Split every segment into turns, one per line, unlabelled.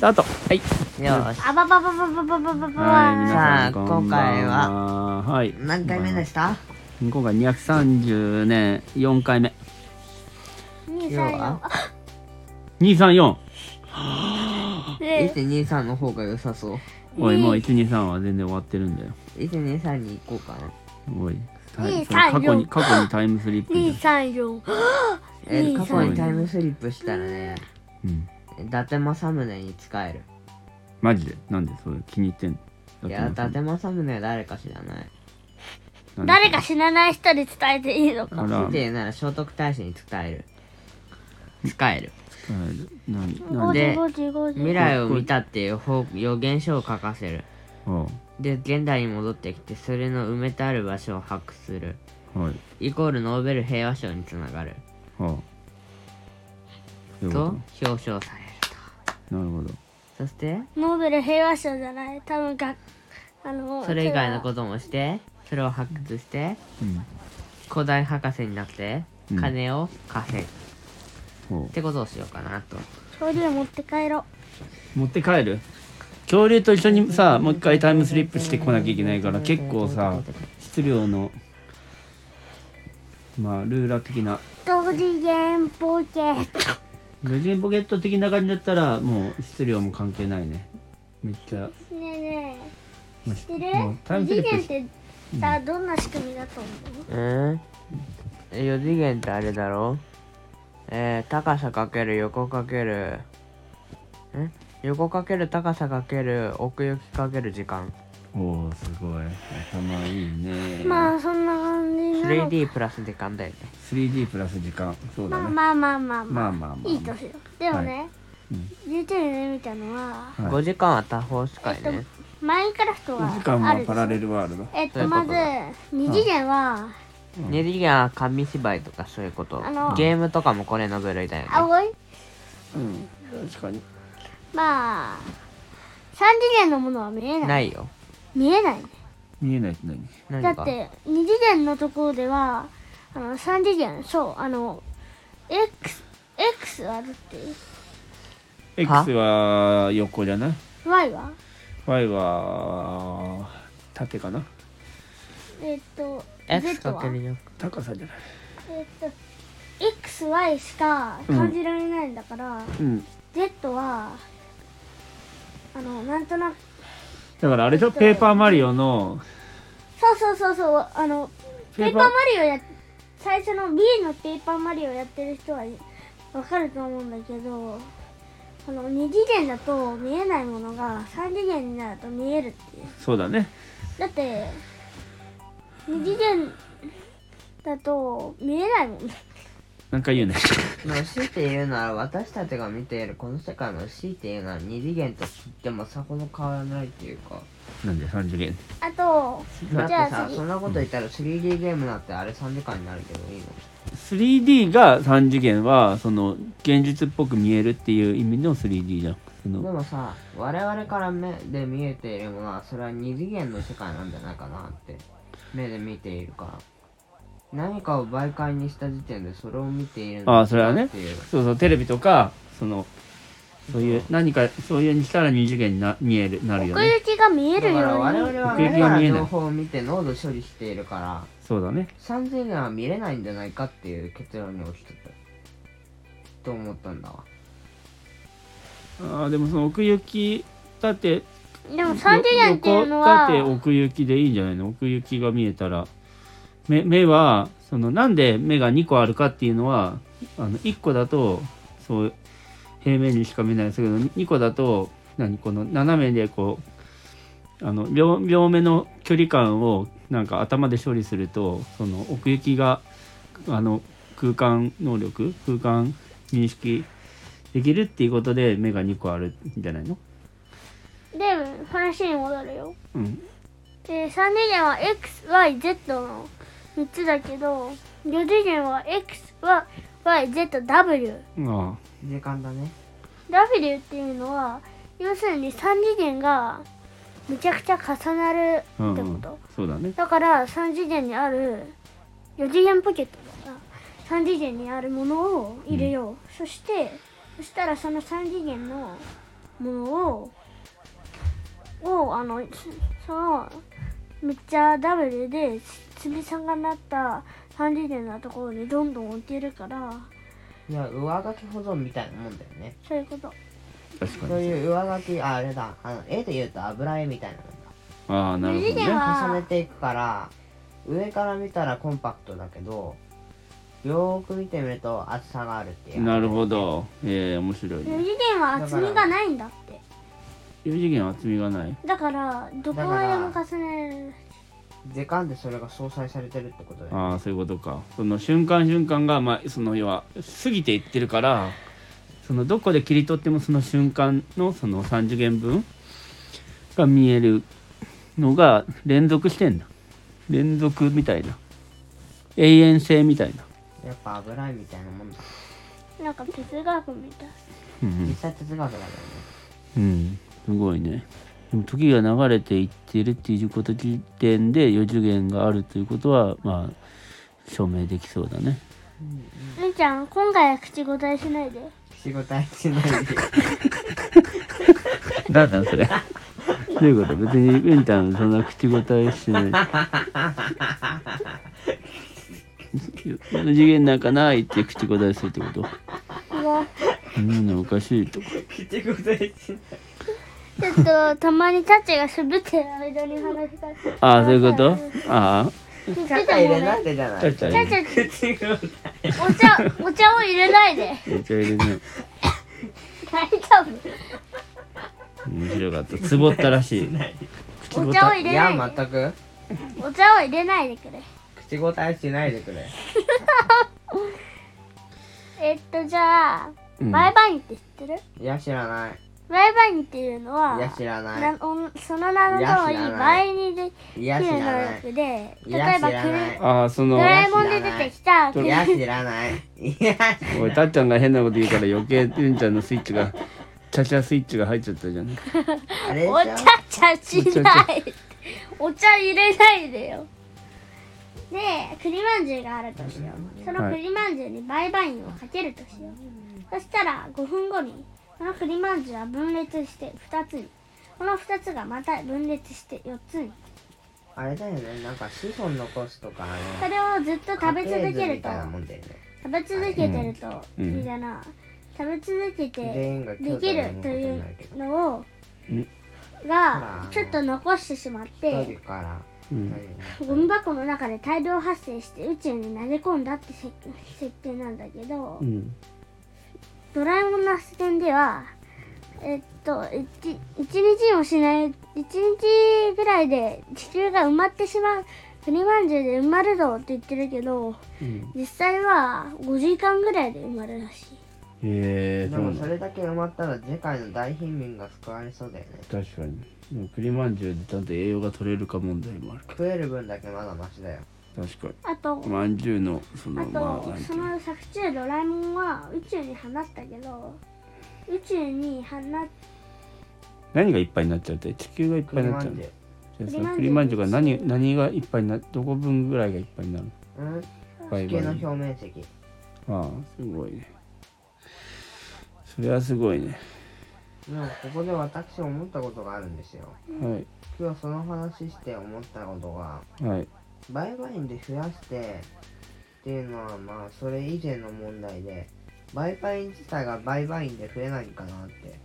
タートはい
よし。
あばばばばばばばばば
はい皆さん
さあ
こんばん
今回
ははい
何回目でした
今回230年4回目
二
要
三
は
234
?123 の方が良さそう。
おいもう123は全然終わってるんだよ
123に行こうかな。
おいタイ
234
その過去に過去にタイムスリップ
二
じ
三四
えー
いい
過去にタイムスリップしたらね、
ゃん、うん、
伊達政宗に使える。
マジでなんでそれ気に入ってんの
いや、伊達政宗は誰か知らない。
誰か
知
死なない人に伝えていいの
あ
から
ついてるなら聖徳太子に使える。使える。
何
五
何
時
で
五時五時
未来を見たっていう方予言書を書かせる。
は
で、現代に戻ってきて、それの埋めてある場所を把握する。
あはい
イコールノーベル平和賞につながる。
はあどういう
と
こ、
表彰されると。
となるほど
そして、
ノーベル平和賞じゃない多分があの
それ以外のこともして、それを発掘して、
うん
古代博士になって
うん、
金を稼ぐ。っ
ほ
てことをしようかなと。
恐竜持って帰ろ
う持って帰る恐竜と一緒にさもう一回タイムスリップしてこなきゃいけないから結構さ質量のまあルーラー的な
う同次元ポケット
無人ポケット的な感じだったらもう質量も関係ないねめっちゃ
ねえね
知っ
え知ってる
タイムス
二
リッ
次
プ
元っ
して
てさどんな仕組みだと思
うーん。え4次元ってあれだろえー、高さかける横かける。ん横かける高さかける奥行きかける時間。
おおすごい頭いいね
うまあそんな感じなの
3D プラス時間だよね。
3D プラス時間そうだ
まあ
ね
まあまあまあま
ま
あ
あまあまあ、
いい年よでもね、
うん
言う YouTube で見たのは
はい
5時間は多方使い
えっ
ね。
とマインクラフトは
時間
あ
は
るで
パ
し
ラ
ょ
レルワールド
えっ
そうい
と
うこ
ま
と
ず二次元は
2次元は紙芝居とかそういうこと
あの。
ゲームとかもこれの部類だよね。
青い
うん確かに
まあ三次元のものは見えない
ないよ。
見えないね
見えないって何
何
だ
か
って二次元のところではあの三次元そうあの X, X はだって
X は横じゃない
Y は
Y は縦かな
えっと
X
Z
か
は
けるよ。
高さじゃない
えっと XY しか感じられないんだから、
うん
Z はあのなんとなく
だからあれでしょペーパーマリオの
そうそうそうそうあの
ペ
ペ
ーパー
ーパーマリオや最初の B のペーパーマリオやってる人はわかると思うんだけどあの二次元だと見えないものが三次元になると見えるっていう
そうだね
だって二次元だと見えないもんね
なんか言うね
まあ、強いて言うなら私たちが見ているこの世界の強いて言うなら二次元と言ってもさほど変わらないっていうか
なんで3次元
あと
だっ
じ
て
ゃあ
さそ
次
んなこと言ったら 3D ゲームだってあれ3時間になるけどいいの
3D が3次元はその現実っぽく見えるっていう意味の 3D じゃんそ
で
の
もさ我々から目で見えているものはそれは二次元の世界なんじゃないかなって目で見ているから何かを媒介にした時点でそれを見ているの
ああそれはね
っていう
そうそうテレビとかそのそういう何かそういうにしたら2次元にな見えるなるよ
奥
ね
行きが見
だ
え
か
るよ
ら我
うに
々は
奥行
目
きが
か
見え
ら
ない
情報を見て濃度処理しているから
そうだね
三千円は見れないんじゃないかっていう結論に落ちてたと思ったんだわ
ああでもその奥行きだって
でも三次元っていうのは
横だって奥行きでいいんじゃないの奥行きが見えたら目目はそのなんで目が2個あるかっていうのはあの1個だとそう平面にしか見えないですけど2個だと何この斜めでこうあの両両目の距離感をなんか頭で処理するとその奥行きがあの空間能力空間認識できるっていうことで目が2個あるんじゃないの、
で話に戻るよ
うん、
で3次元は XYZ の3つだけど4次元は XYZW
ああ
時間だね
W っていうのは要するに3次元がめちゃくちゃ重なるって
うん
こと、
うんそうだね
だから3次元にある4次元ポケットだから3次元にあるものを入れよう、そしてそしたらその3次元のものををあのそのめっちゃダブルで積み重なった三次元なところにどんどん置けるから
いや上書き保存みたいなもんだよね
そういうこと
確か
そう
に
いう上書きああれだあの絵で言うと油絵みたいなもん
ああなるほど
二次元
ね
は
だ重ねていくから上から見たらコンパクトだけどよーく見てみると厚さがあるっていう
なるほどええ面白い
四
ね
次元は厚みがないんだって
4次元は厚みがない
だからどこまでも重ねれる
時間でそれが相殺されてるってことだよ
ああそういうことかその瞬間瞬間がまあその要は過ぎていってるからそのどこで切り取ってもその瞬間のその3次元分が見えるのが連続してんだ連続みたいな永遠性みたいな
やっぱ油絵みたいなもんだ
なんか哲学みたい
うん
実際哲学だからね
うんすごいねでも時が流れていってるっていうこと時点で4次元があるということはまあ証明できそうだね
みーちゃん今回は口答えしないで
仕事はし ないで
なんだそれどういうこと別にウンタンそんな口答えしてない4次元なんかないって口答えするってこと
うわ
そんなのおかしいとか
口答えしない
ちょっとたまにタッチが滑ってる間に話しかけて
ああそういうことあ
言って
肩
た
入
も
れ
ん
な
ね
んでじゃ
あ
な
ちゃ
い
ちゃ
ちゃ
入
ち
れ
ゃ
口答え
お茶お茶を入れないで
めっちゃ入れない
大丈
面白かったツボったらしい口
夫お茶を
答え
入
い
れない
や
で
全く
お茶を入れないでくれ
口答えしないでくれ
えっとじゃあ、
うん
バイバイニって知ってる
いや知らない
バイバイニっていうのはい
や知らない
なおその名の通
いや知ら
り
な
倍にで
い
き
や知
る能
らない
力で
い
例
や
えば
知らない
ああそ
ド
の
ラえもんで出てきた
いや知らないいや
おいたっちゃんが変なこと言うから余計うんちゃんのスイッチがチャチャスイッチが入っちゃったじゃん
あれでしょ
お茶ちゃしないでお茶入れないでよで栗まんじゅうがあるとしようその栗まんじゅうにバイバインをかけるとしよう、そしたら5分後にこの栗まんじゅうは分裂して2つにこの2つがまた分裂して4つに
あれだよねなんか子孫残すとかね
それをずっと食べ続ける
み
と
たいなもんだよね
食べ続けてると、
うん
みたいな食べ続けて
全員が兄
で
弟
き
に
る
なことと
い
に
う
なるけど
のを
うん
がちょっと残してしまって、
一人から
うん
ゴミ箱の中で大量発生して宇宙に投げ込んだってせ設定なんだけど、
うん
ドラえもんの視点ではえっと1日もしない1日ぐらいで地球が埋まってしまう国まんじゅうで埋まるぞって言ってるけど
うん
実際は5時間ぐらいで埋まるらしい
へえ
で
そうな
も
ん
そ
だ
れだけ埋まったら次回の大貧民が救われそうだよね
確かにでも栗まんじゅうでちゃんと栄養が取れるか問題もあるか
食える分だけまだマシだよ
ら確か
あと
にまんじゅうのその
あ
まあ
と
なんて
そ
いうの
の作中ドラえもんは宇宙に放ったけど宇宙に放っ
何がいっぱいになっちゃうって地球がいっぱいになっちゃう
う
の
ん
じゃあその栗まんじゅうが何何がいっぱいになどこ分ぐらいがいっぱいになる
うん
のバイ
地球
バ
の
イ
表面積
ああすごいねそれはすごいね
でもここで私思ったことがあるんですよ
は
今日その話して思ったことが
いはい
売買員で増やしてっていうのはまあそれ以前の問題で売買員自体が売買員で増えないかなって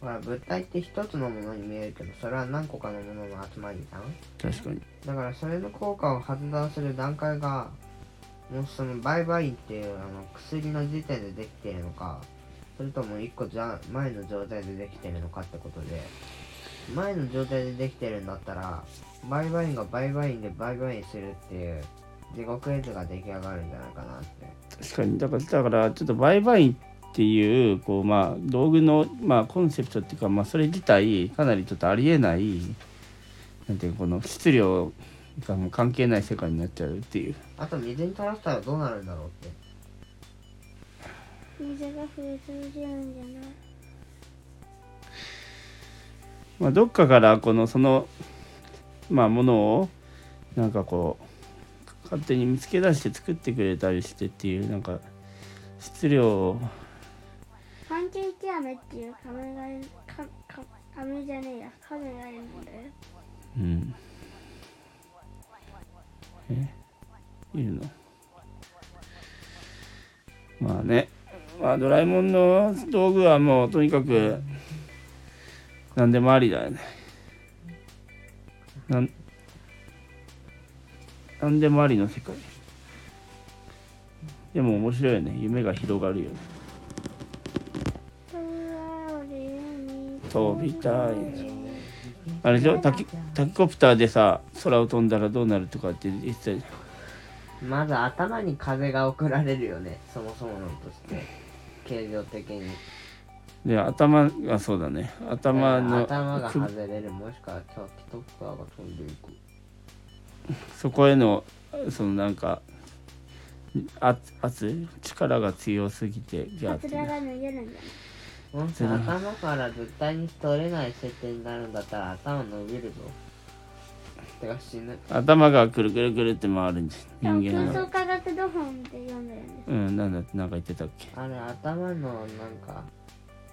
ほら物体って一つのものに見えるけどそれは何個かのものの集まりじゃん
確かに
だからそれの効果を発断する段階がもうその売買員っていうあの薬の時点でできてるのかそれとも一個じゃ前の状態でできてるのかってことで前の状態でできてるんだったら売買員が売買員で売買員するっていう地獄絵図が出来上がるんじゃないかなって
確かにだからだからちょっと売買っていうこうまあ道具のまあコンセプトっていうかまあそれ自体かなりちょっとありえないなんていうのこの質量がもう関係ない世界になっちゃうっていう
あと水に垂らしたらどうなるんだろうって
水が増え続けるんじゃない
まあ、どっかからこのそのまあものをなんかこう勝手に見つけ出して作ってくれたりしてっていうなんか質量を
環ケーキ飴っていう仮面がいるかか飴じゃねえや亀がいるので
うん。えいるのまあね、まあ、ドラえもんの道具はもうとにかく何でもありだよね。なん何でもありの世界。でも面白いよね。夢が広がるよね。
空をに
飛びたい。あれでしょタキタキコプターでさ空を飛んだらどうなるとかって言ってたじゃん。
まず頭に風が送られるよねそもそものとして形状的に
で頭がそうだね頭の
頭が
く
外れるもしくはキャピトプターが飛んでいく
そこへのそのなんか圧圧力が強すぎてギャー
あ
って
つ
な
ら
る
が逃げるんじゃない
もし
うん
頭から絶対に取れない設定になるんだったら頭伸びるぞてか死ぬ
頭がくるくるくるって回るんじゃん人間
空想
の
科学土本で読んでるんです
うんなんだなんか言ってたっけ
あれ頭のなんか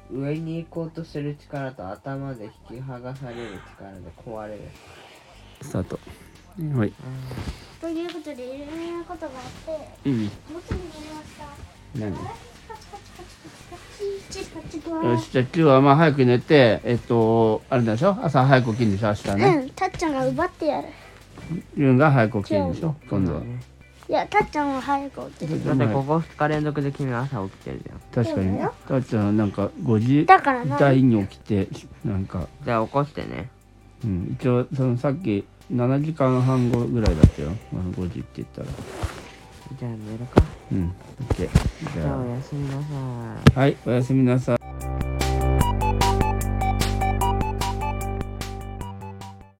上に行こうとする力と頭で引き剥がされる力で壊れる
スタートはい
ということでいろいろなことがあって
うん
もうすぐ寝れました
何よ
よ
しじゃあ今日はまあ早く寝てえっとあれでしょ朝早く起きるでしょ明日ね
うん、たっちゃんが奪ってやる。
ユンが早く起きるでしょ今度は
はいや、たっちゃんは早く起きる。
だってここ2日連続で君は朝起きてるじゃん
確かにたっちゃんなんか5時
だからな
台に起きてなんか
じゃあ起こしてね
うん、一応そのさっき7時間半後ぐらいだったよあの5時って言ったら
じゃあ寝るか
うん OK じ
じゃあお
ゃ
やすみなさい
あはいおやすみなさい